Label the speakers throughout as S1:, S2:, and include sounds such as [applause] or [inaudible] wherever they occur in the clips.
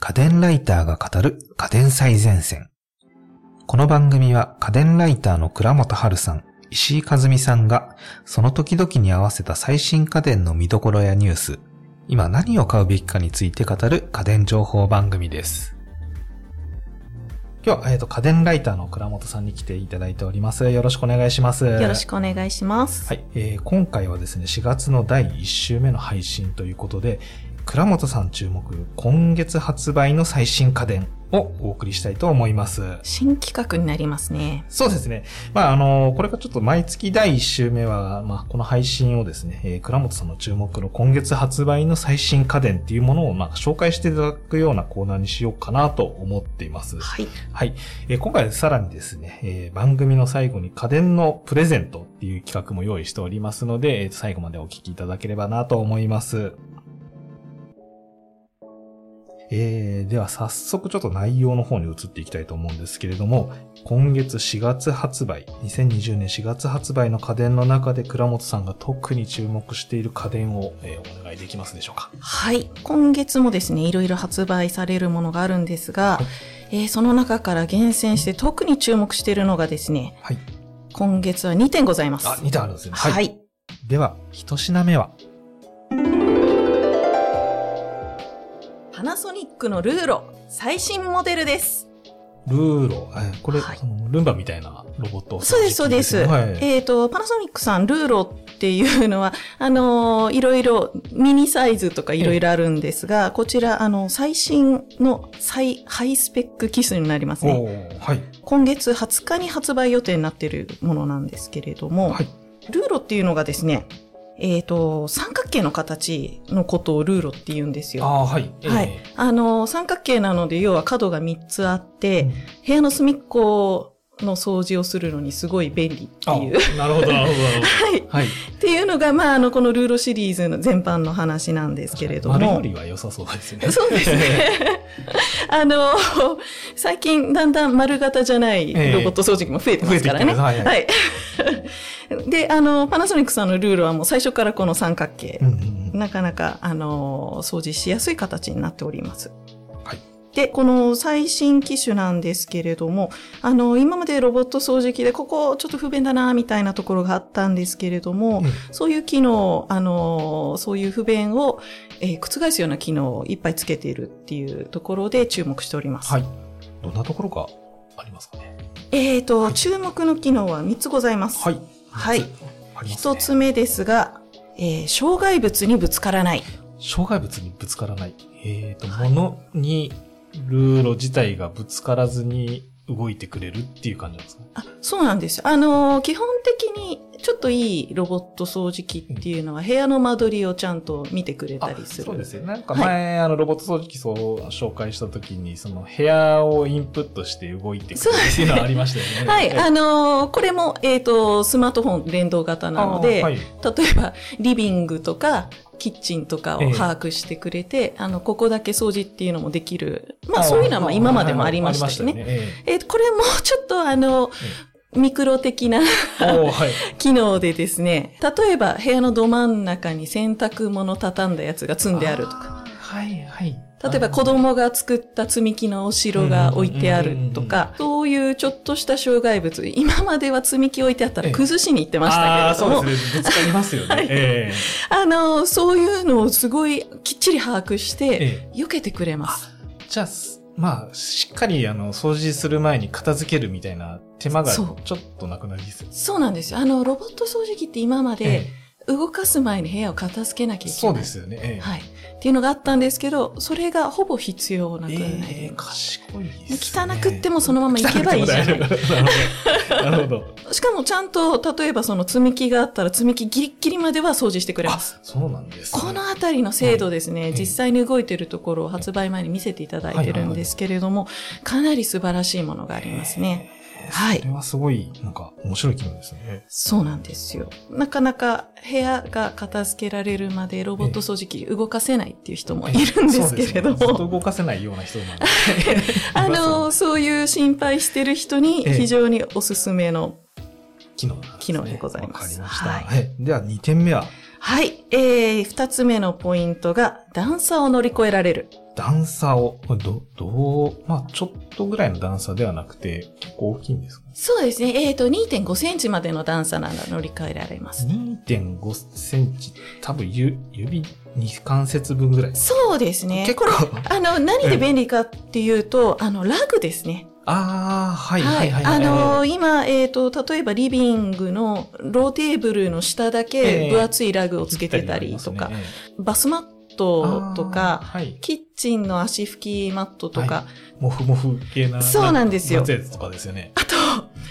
S1: 家電ライターが語る家電最前線。この番組は家電ライターの倉本春さん、石井和美さんが、その時々に合わせた最新家電の見どころやニュース、今何を買うべきかについて語る家電情報番組です。今日は、えーと、家電ライターの倉本さんに来ていただいております。よろしくお願いします。
S2: よろしくお願いします。
S1: はい、えー今回はですね、4月の第1週目の配信ということで、倉本さん注目、今月発売の最新家電をお送りしたいと思います。
S2: 新企画になりますね。
S1: そうですね。まあ、あの、これからちょっと毎月第1週目は、まあ、この配信をですね、えー倉本さんの注目の今月発売の最新家電っていうものを、まあ、紹介していただくようなコーナーにしようかなと思っています。
S2: はい。
S1: はい。えー今回さらにですね、えー番組の最後に家電のプレゼントっていう企画も用意しておりますので、えー最後までお聞きいただければなと思います。えーでは早速ちょっと内容の方に移っていきたいと思うんですけれども、今月4月発売、2020年4月発売の家電の中で倉本さんが特に注目している家電を、えーお願いできますでしょうか。
S2: はい。今月もですね、いろいろ発売されるものがあるんですが、えーその中から厳選して特に注目しているのがですね、
S1: はい。
S2: 今月は2点ございます。
S1: あ、2点あるんですね。
S2: はい、
S1: では、一品目は、
S2: パナソニックのルーロ、最新モデルです。
S1: ルーロ、えーこれ、
S2: はい
S1: そのルンバみたいなロボットを
S2: そうです、そうです。
S1: はい。
S2: えっ、と、パナソニックさん、ルーロっていうのは、 [laughs] あのーいろいろミニサイズとかいろいろあるんですが、こちら、あの、最新の最ハイスペック機種になりますね。
S1: おーはい。
S2: 今月20日に発売予定になっているものなんですけれども、
S1: はい
S2: ルーロっていうのがですね、えっ、と、三角形の形のことをルーロって言うんです
S1: あ
S2: よ。
S1: あ、はい。
S2: はい。あの、三角形なので、要は角が3つあって、
S1: えー
S2: 部屋の隅っこの掃除をするのにすごい便利って
S1: あ
S2: いう。は
S1: なるほど、なるほどなる
S2: い。
S1: ほど。はい。
S2: っていうのが、まあ、あの、このルーロシリーズの全般の話なんですけれど
S1: 丸よ
S2: も。
S1: りは良さそうですね。
S2: そうですね。あの、最近だんだん丸型じゃない
S1: ええ
S2: ロボット掃除機も増えてますからね。
S1: 増えてきてま
S2: はい。 [laughs] で、あの、パナソニックさんのルールはもう最初からこの三角形。
S1: うんうんうん
S2: なかなか、あの、掃除しやすい形になっております。
S1: はい
S2: で、この最新機種なんですけれども、あの、今までロボット掃除機で、ここちょっと不便だな、みたいなところがあったんですけれども、
S1: うん
S2: そういう機能、あの、そういう不便を、えー覆すような機能をいっぱいつけているっていうところで注目しております。
S1: はい。どんなところがありますかね。
S2: えっ、と、注目の機能は3つございます。
S1: はい。
S2: はい。
S1: あります
S2: 1
S1: ね。
S2: つ目ですが、えー障害物にぶつからない。
S1: 障害物にぶつからない。えっと、
S2: はい
S1: 物にルーロ自体がぶつからずに動いてくれるっていう感じなんですか
S2: あそうなんですよ。あのー基本的にちょっといいロボット掃除機っていうのは部屋の間取りをちゃんと見てくれたりする。
S1: そうですね。なんか前、あの、ロボット掃除機そう紹介した時に、その部屋をインプットして動いてくれるっていうのはありましたよね。
S2: [laughs] は
S1: え
S2: い。
S1: え
S2: あのーこれも、えっ、と、スマートフォン連動型なので、
S1: あーはい
S2: 例えば、リビングとか、キッチンとかを
S1: ええ
S2: 把握してくれて、あの、ここだけ掃除っていうのもできる。まあ、
S1: あー
S2: そういうのはまあ今までもありましたしね。
S1: ありまし
S2: えーこれもちょっとあの、ミクロ的な [laughs]
S1: たよねええおーはい。
S2: 機能でですね、例えば部屋のど真ん中に洗濯物畳んだやつが積んであるとか、
S1: か。はい、はい。
S2: 例えば子供が作った積み木のお城が置いてある
S1: う
S2: と
S1: んうんうん
S2: か、そういうちょっとした障害物、今までは積み木置いてあった
S1: え
S2: ら
S1: え
S2: 崩しに行ってま
S1: ああー、
S2: したけれ
S1: そ
S2: ど
S1: う
S2: も、
S1: ですね。ぶつかります
S2: [laughs]
S1: よね。え
S2: あの、そういうのをすごいきっちり把握し
S1: え
S2: て、
S1: ええ
S2: 避けてくれます。
S1: じゃあ、すまあ、しっかり、あの、掃除する前に片付けるみたいな手間がち
S2: そ
S1: ょ
S2: う
S1: っとなくなりですよね。
S2: そうなんですよ。あの、ロボット掃除機って今まで
S1: え
S2: 動かす前に部屋を片付けなきゃ
S1: え
S2: いけな
S1: そう
S2: い。
S1: ですよね。ええ
S2: はい。っていうのがあったんですけど、それがほぼ必要なくな
S1: ええ
S2: ります。
S1: 賢いです、ね。
S2: 汚くってもそのまま行けばいいじゃ
S1: 汚
S2: ない
S1: くても大丈夫なるほど。なるほど。
S2: しかもちゃんと、例えばその積み木があったら積み木ギリッギリま [laughs] では掃除してくれます。
S1: そうなんです、
S2: このあたりの精度ですね、
S1: い
S2: 実際に動いてるところを発売前に見せていただいてるんですけれども、かなり素晴らしいものがありますね。
S1: ええ
S2: はい
S1: それはすごい、なんか、面白い気分ですね。
S2: そうなんですよ。なかなか部屋が片付けられるまでロボット掃除機動かせないっていう人もいるんです
S1: そうで
S2: けれど
S1: すねずっと
S2: も、
S1: 動かせないような人なんで。
S2: [laughs] あの、、そういう心配してる人に
S1: ええ
S2: 非常におすすめの、
S1: 機能なんですね
S2: 機能でございます
S1: わかりました。は。
S2: はい
S1: では、2点目は。
S2: はい、えー、二つ目のポイントが段差を乗り越えられる。
S1: 段差を、ど、どう、まあちょっとぐらいの段差ではなくて、結構大きいんですか
S2: そうですね。えっ、と、2.5センチまでの段差なら乗り換えられます。
S1: ?2.5 センチ、多分ゆ指2関節分ぐらい。
S2: そうですね。
S1: 結構
S2: これ、あの、何で便利かっていうと、あの、ラグですね。
S1: ああ、はい、
S2: は
S1: はいい、はい。
S2: あのー
S1: ー、
S2: 今、えっ、と、例えばリビングのローテーブルの下だ
S1: え
S2: け
S1: え
S2: 分厚いラグをつけてたりとか、
S1: ぴったりありますね、
S2: バスマットと
S1: あー
S2: か、
S1: はい。
S2: キッチンの足拭きマットとか、
S1: はモフモフ系な。
S2: そうなんですよ
S1: 夏やつとかですよね。
S2: あと、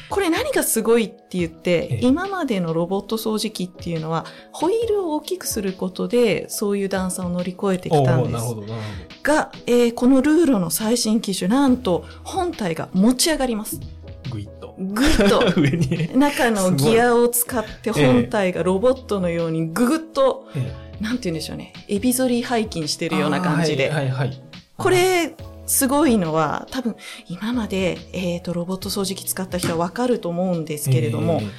S2: これ何がすごいって言って、
S1: ええ
S2: 今までのロボット掃除機っていうのは、ホイールを大きくすることで、そういう段差を乗り越えてきた
S1: お
S2: ん
S1: ー
S2: で
S1: なるほ
S2: す
S1: ど、なるほ
S2: が、えーこのルーロの最新機種、なんと本体が持ち上がります。
S1: ど。グイッと。 [laughs]
S2: ぐっと
S1: 上に。え
S2: 中のギアを使っ
S1: す
S2: て
S1: ごいええ
S2: 本体がロボットのようにぐぐっと、
S1: え
S2: なんて言うんでしょうね、エビ反り背筋してるような感じで。
S1: あーはい、はい、はい。
S2: これ、すごいのは、多分、今まで、えっ、と、ロボット掃除機使った人はわかると思うんですけれども
S1: え、ー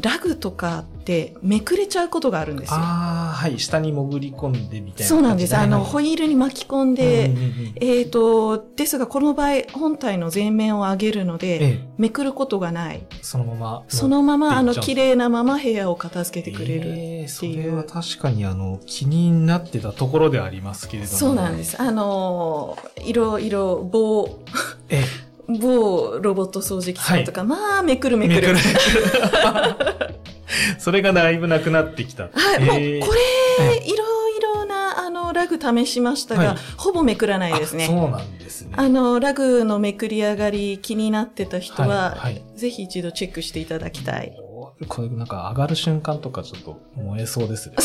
S2: ラグとかってめくれちゃうことがあるんですよ。
S1: ああ、はい。下に潜り込んでみたいな感じ。
S2: そうなんです。あの、ホ
S1: い
S2: イールに巻き込んで、
S1: うんうんうん
S2: えっ、と、ですが、この場合、本体の前面を上げるので、
S1: ええ
S2: めくることがない。
S1: そのまま。
S2: そのまま、あ
S1: 乗っ
S2: の、
S1: ていっちゃう
S2: 綺麗なまま部屋を片付けてくれる。
S1: えーそれは確かにあの気になってたところではありますけれども
S2: そうなんです。あのーいろいろ、棒、
S1: え
S2: 某ロボット掃除機さんとか、まあ、めくるめく
S1: めく
S2: る
S1: る。 [laughs] それがだいぶなくなってきた
S2: はい、
S1: えー
S2: もう、これ、
S1: え
S2: いろいろな、あの、ラグ試しましたが、
S1: はい
S2: ほぼめくらないです
S1: あ
S2: ね。
S1: そうなんですね
S2: あの、ラグのめくり上がり気になってた人は、
S1: はいはい
S2: ぜひ一度チェックしていただきた
S1: [laughs]
S2: い。
S1: おこれなんか上がる瞬間とかちょっと燃えそうですね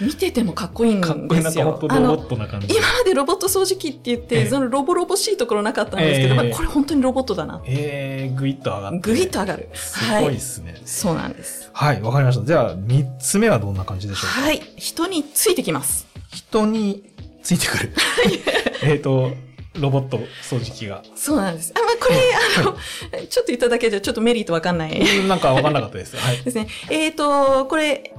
S2: 見ててもかっこいいんで
S1: かっこいいなん
S2: す
S1: か
S2: よ。
S1: 本当
S2: あ
S1: ロボ
S2: の、
S1: ットな感じ
S2: 今までロボット掃除機って言っ
S1: え
S2: て、
S1: え
S2: そのロボロボしいところなかったんですけど、
S1: ええ
S2: まあ、これ本当にロボットだな。
S1: えー、ぐいっと上がって
S2: ぐいっと上がる。
S1: すごいですね
S2: そうなんです。
S1: はいわ、かりましたじゃあ3つ目はどんな感じでしょうか
S2: はい。人についてきます。
S1: 人についてくる [laughs] えっとロボット掃除機が
S2: そうなんです。あ、まあ、これ、あの、ちょ [laughs] っと言っただけじゃちょっとメリットわかんない。
S1: うんなんかわかんなかったです。はい。
S2: ですね。えっ、と、これ、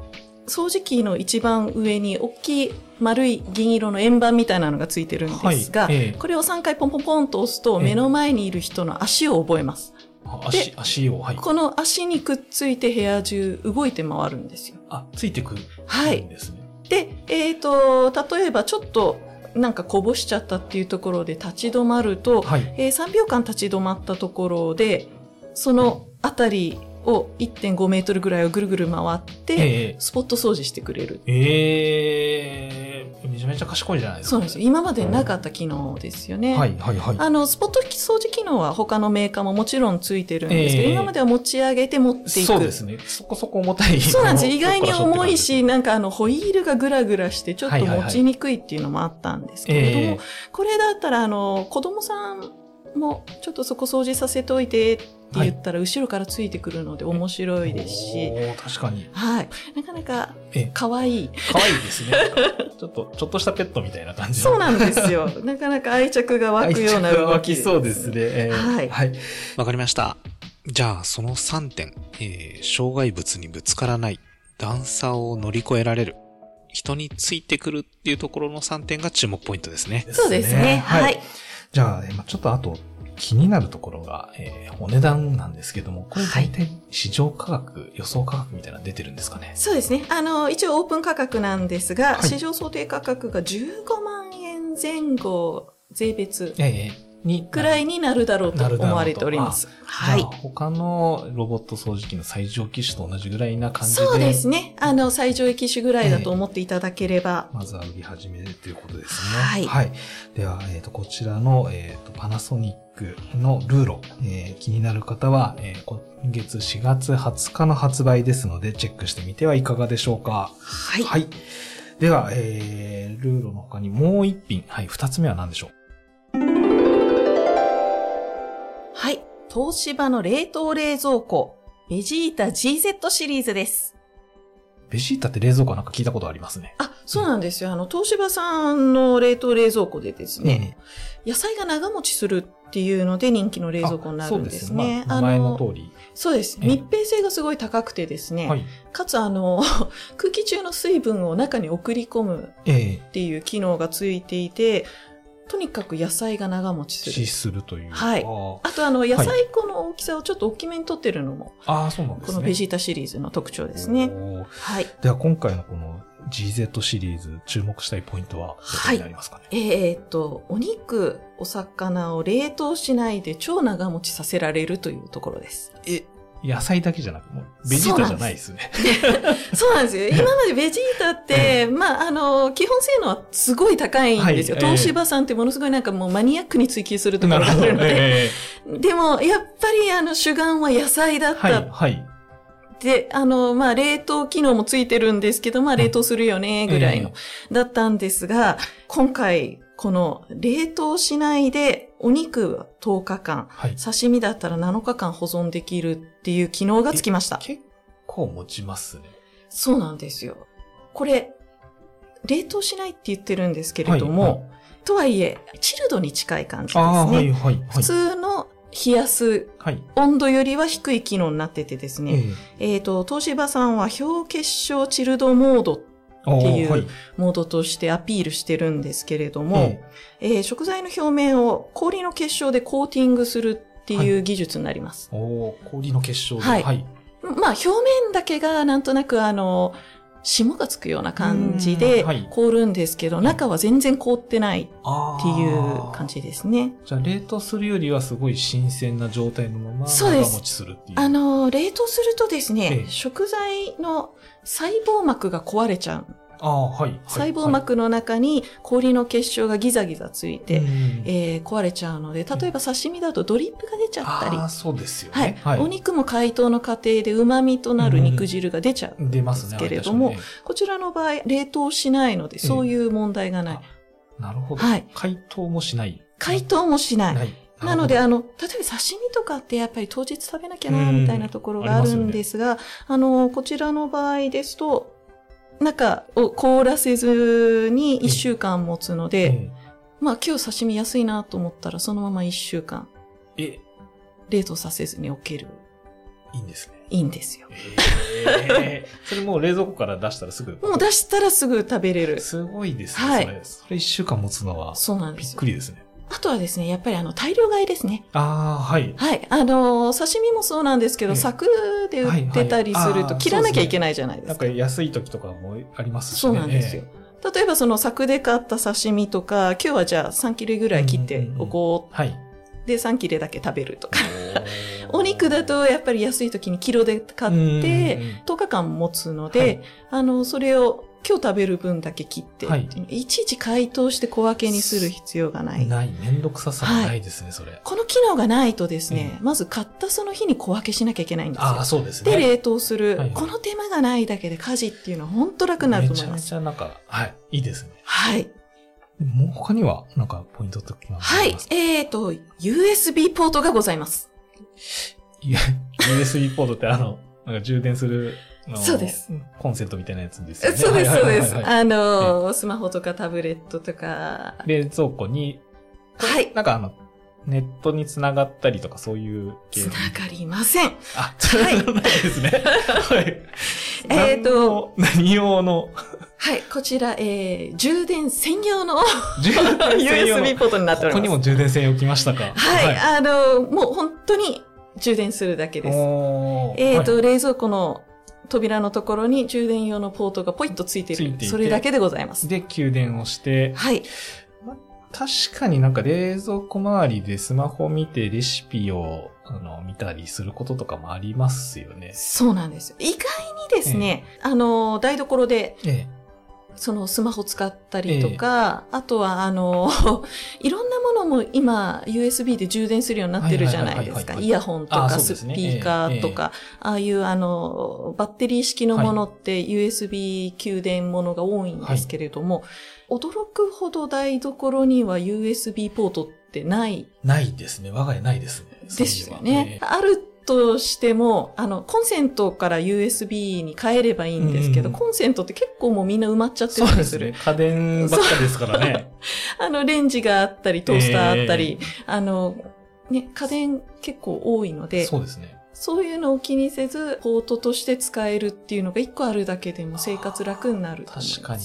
S2: 掃除機の一番上に大きい丸い銀色の円盤みたいなのがついてるんですが、
S1: はいええ
S2: これを3回ポンポンポンと押すと
S1: ええ
S2: 目の前にいる人の足を覚えます。
S1: あ足、足を、はい。
S2: この足にくっついて部屋中動いて回るんですよ。
S1: あ、ついてくる
S2: はい
S1: んですね。
S2: で、えっ、と、例えばちょっとなんかこぼしちゃったっていうところで立ち止まると、
S1: はい。
S2: えー3秒間立ち止まったところで、そのあたりを1.5メートルぐらいをぐるぐる回って、
S1: え
S2: スポット掃除してくれる。
S1: えええめちゃめちゃ賢いじゃないですか。
S2: そうなんですよ。今までなかった機能ですよね。
S1: はい、はい、はい。
S2: あの、スポット掃除機能は他のメーカーももちろんついてるんですけど、
S1: ええ
S2: 今までは持ち上げて持っていく。
S1: そうですね。そこそこ重たい。
S2: そうなんですよ。意外に
S1: どっか
S2: 重
S1: ら背負って
S2: い
S1: くる
S2: し、なんかあの、ホイールがグラグラして、ちょっ
S1: は
S2: と
S1: いはい
S2: 持
S1: はい
S2: ちにくいっていうのもあったんですけれども、
S1: ええ
S2: これだったら、あの、子供さんも、ちょっとそこ掃除させといてって言ったら、後ろからついてくるので面白いですし、
S1: おー確かに。
S2: はい。なかなか
S1: ええ、
S2: 可愛い。
S1: 可愛いですね。
S2: [laughs]
S1: ちょっと、ちょっとしたペットみたいな感じの
S2: そうなんですよ。なかなか愛着が湧くような動
S1: 湧
S2: き
S1: き
S2: で
S1: そうですね。ええ
S2: はい
S1: はい。
S3: わかりました。じゃあ、その3点、えー障害物にぶつからない、段差を乗り越えられる、人についてくるっていうところの3点が注目ポイントですね。
S2: そうですね。は。い。
S1: じゃあ、えーまあちょっとあと気になるところが、えーお値段なんですけども、これ大体市場価格、予想価格みたいなの出てるんですかね。
S2: そうですね。あの、一応オープン価格なんですが、
S1: はい
S2: 市場想定価格が15万円前後、税別
S1: ええに
S2: くら
S1: い。
S2: いになるだろうと
S1: なるだろうと
S2: 思われております。は
S1: はい。
S2: い。
S1: 他のロボット掃除機の最上機種と同じぐらいな感じで。
S2: そうですね。あの、最上位機種ぐらいだと思っていただければ。
S1: まずは売り始めるということですね。
S2: はい
S1: では、えっ、と、こちらの、えっ、と、パナソニックのルーロ、えー気になる方は、えー今月4月20日の発売ですので、チェックしてみてはいかがでしょうか。
S2: はい。
S1: はい。では、えー、ルーロの他にもう一品。はい、二つ目は何でしょう
S2: はい。東芝の冷凍冷蔵庫、ベジータ GZ シリーズです。
S1: ベジータって冷蔵庫はなんか聞いたことありますね。
S2: あ、そうなんですよ。あの、東芝さんの冷凍冷蔵庫でですね、
S1: え
S2: 野菜が長持ちするっていうので人気の冷
S1: え
S2: 蔵庫になるんですね。
S1: あそうですまあ、
S2: あ
S1: 名前の
S2: の、
S1: 通り。
S2: そうです。
S1: ええ
S2: 密閉性がすごい高くてですね、
S1: はい。
S2: かつあの、 [laughs] 空気中の水分を中に送り込む
S1: ええ
S2: っていう機能がついていて、とにかく野菜が長持ちす
S1: 死
S2: る。
S1: するという。
S2: はい
S1: あー
S2: あとあの、野菜粉の大きさをちょっと大きめに取ってるのも、
S1: あー、そうなんです
S2: こ
S1: ね。
S2: のベジータシリーズの特徴ですね。
S1: おー
S2: はい。
S1: では今回のこの GZ シリーズ注目したいポイントはどこになりますかね。
S2: えーっと、お肉、お魚を冷凍しないで超長持ちさせられるというところです。
S1: 野菜だけじゃなく、もうベジータじゃないですね。
S2: そうなん [laughs] ですよ。今までベジータって、まあ、あの、基本性能はすごい高いんですよ。
S1: はいええ
S2: 東芝さんってものすごいなんかもうマニアックに追求するとこ
S1: な
S2: ろ
S1: る
S2: があ
S1: ほど。
S2: るので。
S1: え
S2: でも、やっぱりあの、主眼は野菜だ
S1: え
S2: っ
S1: は
S2: た
S1: い、はい。
S2: で、あの、まあ、冷凍機能もついてるんですけど、まあ、冷凍するよね、ぐらいの、だったんですが、今回、この、冷凍しないで、お肉は10日間、
S1: はい。
S2: 刺身だったら7日間保存できるっていう機能がつきました。
S1: 結構持ちますね。
S2: そうなんですよ。これ、冷凍しないって言ってるんですけれども、
S1: はいはい
S2: とはいえ、チルドに近い感じですね。
S1: ああ、はい、はい、は
S2: 普
S1: い。
S2: 通の冷やす
S1: はい。
S2: 温度よりは低い機能になっててですね、
S1: ええ
S2: えっ、と、東芝さんは表結晶チルドモード、
S1: お
S2: ってい
S1: ー
S2: う
S1: はい
S2: モードとしてアピールしてるんですけれど
S1: え
S2: も
S1: え、
S2: えー食材の表面を氷の結晶でコーティングするっていう技術になります。
S1: おー氷の結晶で。
S2: はい
S1: はい。
S2: まあ、表面だけがなんとなくあの、霜がつくような感じで
S1: うんはい
S2: 凍るんですけど、中は全然凍ってないっ
S1: あ
S2: ていう感
S1: じ。
S2: じですね。
S1: じゃあ、冷凍するよりはすごい新鮮な状態のまま
S2: そう
S1: 長
S2: です
S1: 持ちするっていう。
S2: あ、の、冷凍するとですね、
S1: ええ
S2: 食材の細胞膜が壊れちゃう。
S1: ああ、はい。はい
S2: 細胞膜の中に氷の結晶がギザギザついて、
S1: うん
S2: えー壊れちゃうので、例えば刺身だとドリップが出ちゃったり、
S1: ああ、そうですよ
S2: は
S1: ね
S2: い。お肉も解凍の過程で旨味となる肉汁が出ちゃう。
S1: 出ますね。
S2: ですけれども
S1: 確か
S2: こちらの場合、冷凍しないので、そういう問題がない。
S1: にねなるほど。
S2: はい
S1: 解凍もしない。
S2: 解凍もしない。
S1: い。
S2: なので、
S1: る
S2: あの、例えば刺身とかってやっぱり当日食べなきゃな、
S1: うん
S2: みたいなところがあるんですが、あの、こちらの場合ですと、中を凍らせずに1週間持つ
S1: ほ
S2: の
S1: ど、
S2: で、まあ今日刺身安いなと思ったらそのまま1週間
S1: ええ、
S2: 冷凍させずに置ける。
S1: いいん
S2: [laughs]
S1: ですね。
S2: いいんですよ。
S1: ええそれもう冷蔵庫から出したらすぐ。
S2: もう出したらすぐ食べれる。
S1: すごいです
S2: は
S1: ね。
S2: い
S1: それ、それ一週間持つのは、
S2: そうなんで
S1: びっ
S2: すよ
S1: く。りですね。
S2: あとはですね、やっぱりあの、大量買いですね。
S1: ああ、はい。
S2: はい。あのー、刺身もそうなんですけ
S1: ええ
S2: ど、柵で売ってたりす
S1: はい
S2: る
S1: はいあ
S2: と
S1: ー
S2: 切らなきゃいけないじゃないで
S1: なん
S2: す
S1: か
S2: か。
S1: 安い時とかもありますしね。
S2: そうなんですよ
S1: ええ。。
S2: 例えばその柵で買った刺身とか、今日はじゃあ3切れぐらい切っ
S1: うんう
S2: て
S1: んうん
S2: おこ
S1: はい。
S2: う。で、3切れだけ食べるとか。
S1: お
S2: [laughs] お肉だとやっぱり安い時にキロで買って、
S1: うん
S2: 10日間持つので、
S1: はい
S2: あの、それを今日食べる分だけ切って、
S1: はい
S2: い、ちいち解凍して小分けにする必要がない。
S1: ない、めんどくささがないですね、それ。
S2: この機能がないとですね、まず買ったその日に小分けしなきゃいけないんです
S1: ああ、
S2: よ。
S1: そうですね。
S2: で、冷凍する、
S1: はいはい
S2: この手間がないだけで家事っていうのは本当楽になると思い
S1: めちゃ
S2: ま
S1: め
S2: す。
S1: ちゃなんか、はい、いいですね。
S2: はい。
S1: もう他には、なんか、ポイントとかあ
S2: は
S1: り
S2: い
S1: ます。か
S2: えっ、と、USB ポートがございます。
S1: いや USB ポートってあの、なんか充電するの、
S2: そうです。
S1: コンセントみたいなやつです
S2: そ
S1: よ
S2: う
S1: ね。
S2: です、
S1: はい
S2: そう
S1: はいはい
S2: で
S1: はい
S2: す。 [laughs] あのー、スマホとかタブレットとか。
S1: 冷蔵庫に、
S2: はい。
S1: なんかあの、ネットにつながったりとかそういう系
S2: つながりません。
S1: あ、つながらないですね。はい。
S2: えーと
S1: 何用 [laughs] の、
S2: はい、こちら、えー、充電専用の
S1: 充電 [laughs] 専用の
S2: USB ポートになってお
S1: こ
S2: り
S1: こ
S2: ます。
S1: にも充電線置きましたか。
S2: はい、あのー、もう本当に充電するだけです。
S1: おー
S2: えっ、と、
S1: はい
S2: 冷蔵庫の扉のところに充電用のポートがポイッとついて
S1: つい
S2: る。
S1: ていて
S2: それだけでございます。
S1: で、給電をして、
S2: はい。
S1: 確かになんか冷蔵庫周りでスマホ見てレシピをあの見たりすることとかもありますよね。
S2: そうなんですよ。意外にですね、あのー、台所で
S1: え
S2: そのスマホ使ったりとか、あとはあの、 [laughs] いろんなものも今 USB で充電するようになってるじゃない
S1: はいはいはい
S2: です
S1: はい
S2: か。
S1: はい
S2: イヤホンと
S1: あ
S2: か
S1: そうで
S2: ス
S1: すね
S2: ピーカーとか、ああいうあの、バッテリー式のものって USB 給電ものが多いんですけれども、驚くほど台所には USB ポートってない
S1: ないですね。我が家ないですね。
S2: ですよね。あるとしても、あの、コンセントから USB に変えればいいんですけど、
S1: うんうん
S2: コンセントって結構もうみんな埋まっちゃって
S1: そう
S2: た
S1: で
S2: り
S1: す
S2: する
S1: ね。。家電ばっかりですからね。
S2: あの、レンジがあったり、トースターあったり、あの、ね、家電結構多いので、そ
S1: そううですね。
S2: いうのを気にせず、ポートとして使えるっていうのが一個あるだけでも生活楽になると思います。
S1: 確かに。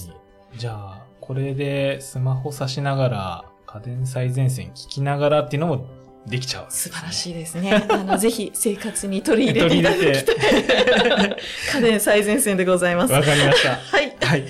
S1: じゃあ、これでスマホ差しながら家電最前線聞きながらっていうのもできちゃう、
S2: 素晴ら
S1: い。
S2: しいですね。あの、ぜひ生活に取り入
S1: 取り
S2: れていただ
S1: 入れて。
S2: 家電最前線でございます。
S1: わ
S2: は
S1: かりました。
S2: い。
S1: はい。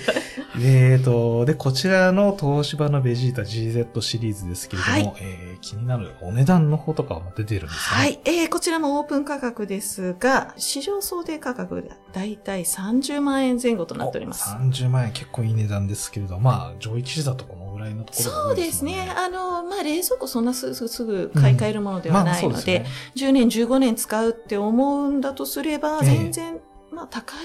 S1: でえっと、で、こちらの東芝のベジータ GZ シリーズですけれども、
S2: はい
S1: えー気になるお値段の方とかも出てるんですね。
S2: は。い。えー、こちらもオープン価格ですが、市場想定価格がだいたい30万円前後となっております。
S1: 30万円結構いい値段ですけれど、まあ、上位機種だとこのぐらいのところが
S2: そ
S1: 多
S2: う
S1: い
S2: です
S1: もん
S2: ね。あの、まあ、冷蔵庫そんなすぐすぐ買い替えるものではないので、
S1: そうよね
S2: 10年、15年使うって思うんだとすれば、
S1: ええ
S2: 全然、まあ、高い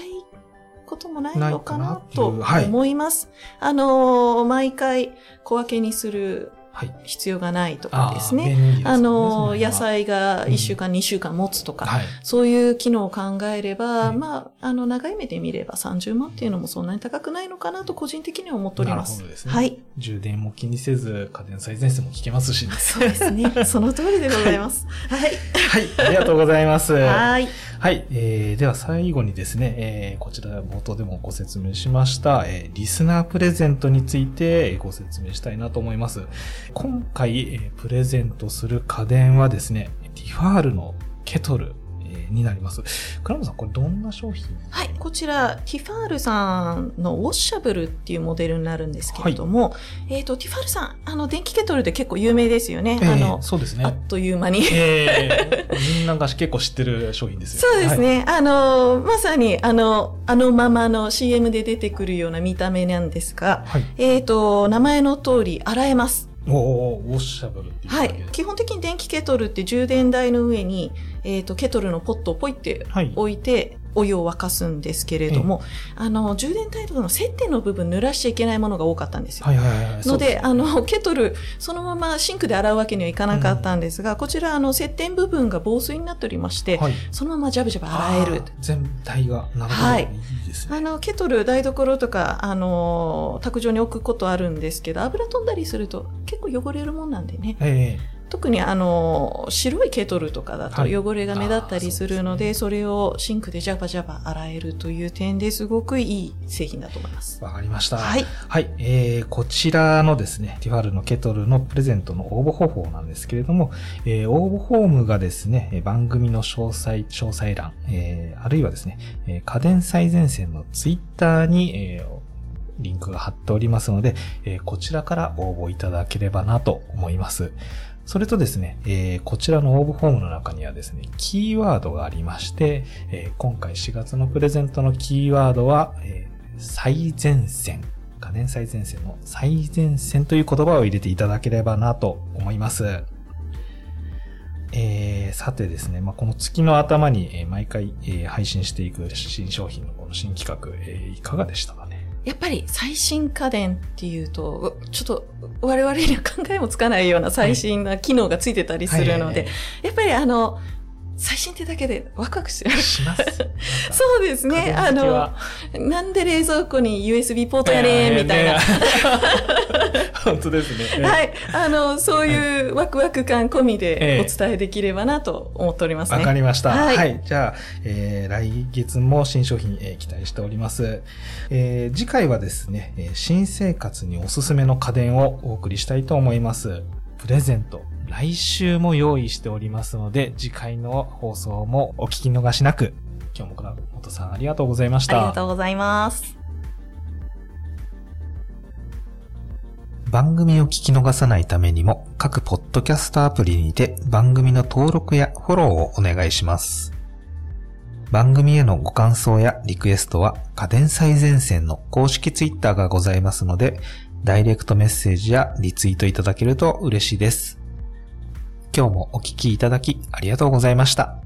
S2: こともないのかな
S1: ないかなっ
S2: と
S1: ていうはい
S2: 思います。あのー、毎回小分けにする
S1: はい。
S2: 必要がないと
S1: あ
S2: か
S1: あ
S2: ですね。
S1: 便利ですね
S2: あの
S1: そ
S2: ー、
S1: れは
S2: 野菜が1週間、2週間持つとか、
S1: はい。
S2: そういう機能を考えれば、
S1: うん
S2: まあ、あの、長い目で見れば30万っていうのもそんなに高くないのかなと個人的には思っており
S1: なる
S2: ま
S1: ほ
S2: す。
S1: どですね。
S2: はい。
S1: 充電も気にせず、家電最前線も聞けますしね。
S2: [laughs] そうですね。その通りでございます。はい。
S1: はい。ありがとうございます。は
S2: はい。
S1: い。えー、では最後にですね、えー、こちら冒頭でもご説明しました、えー、リスナープレゼントについてえーご説明したいなと思います。今回、えープレゼントする家電はですね、ディファールのケトル、えーになります。倉本さん、これどんな商品
S2: はい、こちら、ティファールさんのウォッシャブルっていうモデルになるんですけれども、えっ、と、ティファールさん、あの、電気ケトルで結構有名ですよね。
S1: えー
S2: あの、
S1: そうです
S2: あ
S1: ね。
S2: っという間に。
S1: えー、みんなが結構知ってる商品ですよ
S2: [laughs] そうです。ね。あの、まさに、あの、あのままの CM で出てくるような見た目なんですが、
S1: はい。はい、
S2: えっ、と、名前の通り、洗えます。
S1: おーウォッシャブルっていう
S2: は
S1: だけ
S2: い
S1: で。
S2: 基本的に電気ケトルって充電台の上に、えっ、と、ケトルのポットをポイって
S1: はい。
S2: 置いてお湯を沸かすんですけれども、あの充電タイプの接点の部分濡らしちゃいけないものが多かったんですよ。
S1: はいはいはい。
S2: のであのケトルそのままシンクで洗うわけにはいかなかったんですが、こちらあの接点部分が防水になっておりまして、
S1: はい、
S2: そのままジャブジャブ洗える。
S1: あー全体が、なるほど。
S2: はい
S1: いいですね。
S2: あのケトル台所とかあの卓上に置くことあるんですけど油飛んだりすると結構汚れるもんなんでね
S1: え
S2: 特にあの白いケトルとかだと
S1: はい
S2: 汚れが目立ったりするので,、
S1: あー
S2: それをシンクでジャバジャバ洗えるという点ですごくいい製品だと思いま
S1: え
S2: す。
S1: わかりました。。
S2: はいい、
S1: えーこちらのですね、ティファルのケトルのプレゼントの応募方法なんですけれども、えー応募フォームがですね、えー番組の詳細、詳細欄、えーあるいはですね、えー家電最前線のツイッターに、えーリンクが貼っておりますので、えーこちらから応募いただければなと思います。それとですね、えーこちらの応募フォームの中にはですね、キーワードがありまして、えー今回4月のプレゼントのキーワードは、えー最前線。家電最前線の最前線という言葉を入れていただければなと思います。えーさてですね、まあ、この月の頭に、えー毎回、えー配信していく新商品のこの新企画、えーいかがでしたかね
S2: やっぱり最新家電っていうとちょっと我々には考えもつかないような最新な機能がついてたりするので、
S1: はい
S2: やっぱりあの最新ってだけでワクワクしちゃ
S1: [laughs]
S2: う。
S1: し
S2: [laughs]
S1: ます。なんか
S2: そうですね。
S1: 家
S2: あ
S1: 電好きは
S2: の、なんで冷蔵庫に USB ポートやねんみたいな。
S1: ね。 [laughs] 本当ですね。
S2: はい。あの、そういうワクワク感込み
S1: ええ
S2: でお伝えできればなと思っております
S1: わかり
S2: ね。
S1: ました。は。
S2: はいい
S1: じゃあ、えー来月も新商品、えー期待しております。えー次回はですね、えー新生活におすすめの家電をお送りしたいと思います。プレゼント、来週も用意しておりますので、次回の放送もお聞き逃しなく。今日も倉本さんありがとうございまし
S2: あり
S1: た
S2: が。とうございます。
S4: 番組を聞き逃さないためにも、各ポッドキャストアプリにて番組の登録やフォローをお願いします。番組へのご感想やリクエストは、家電最前線の公式ツイッターがございますので、ダイレクトメッセージやリツイートいただけると嬉しいです。今日もお聞きいただきありがとうございました。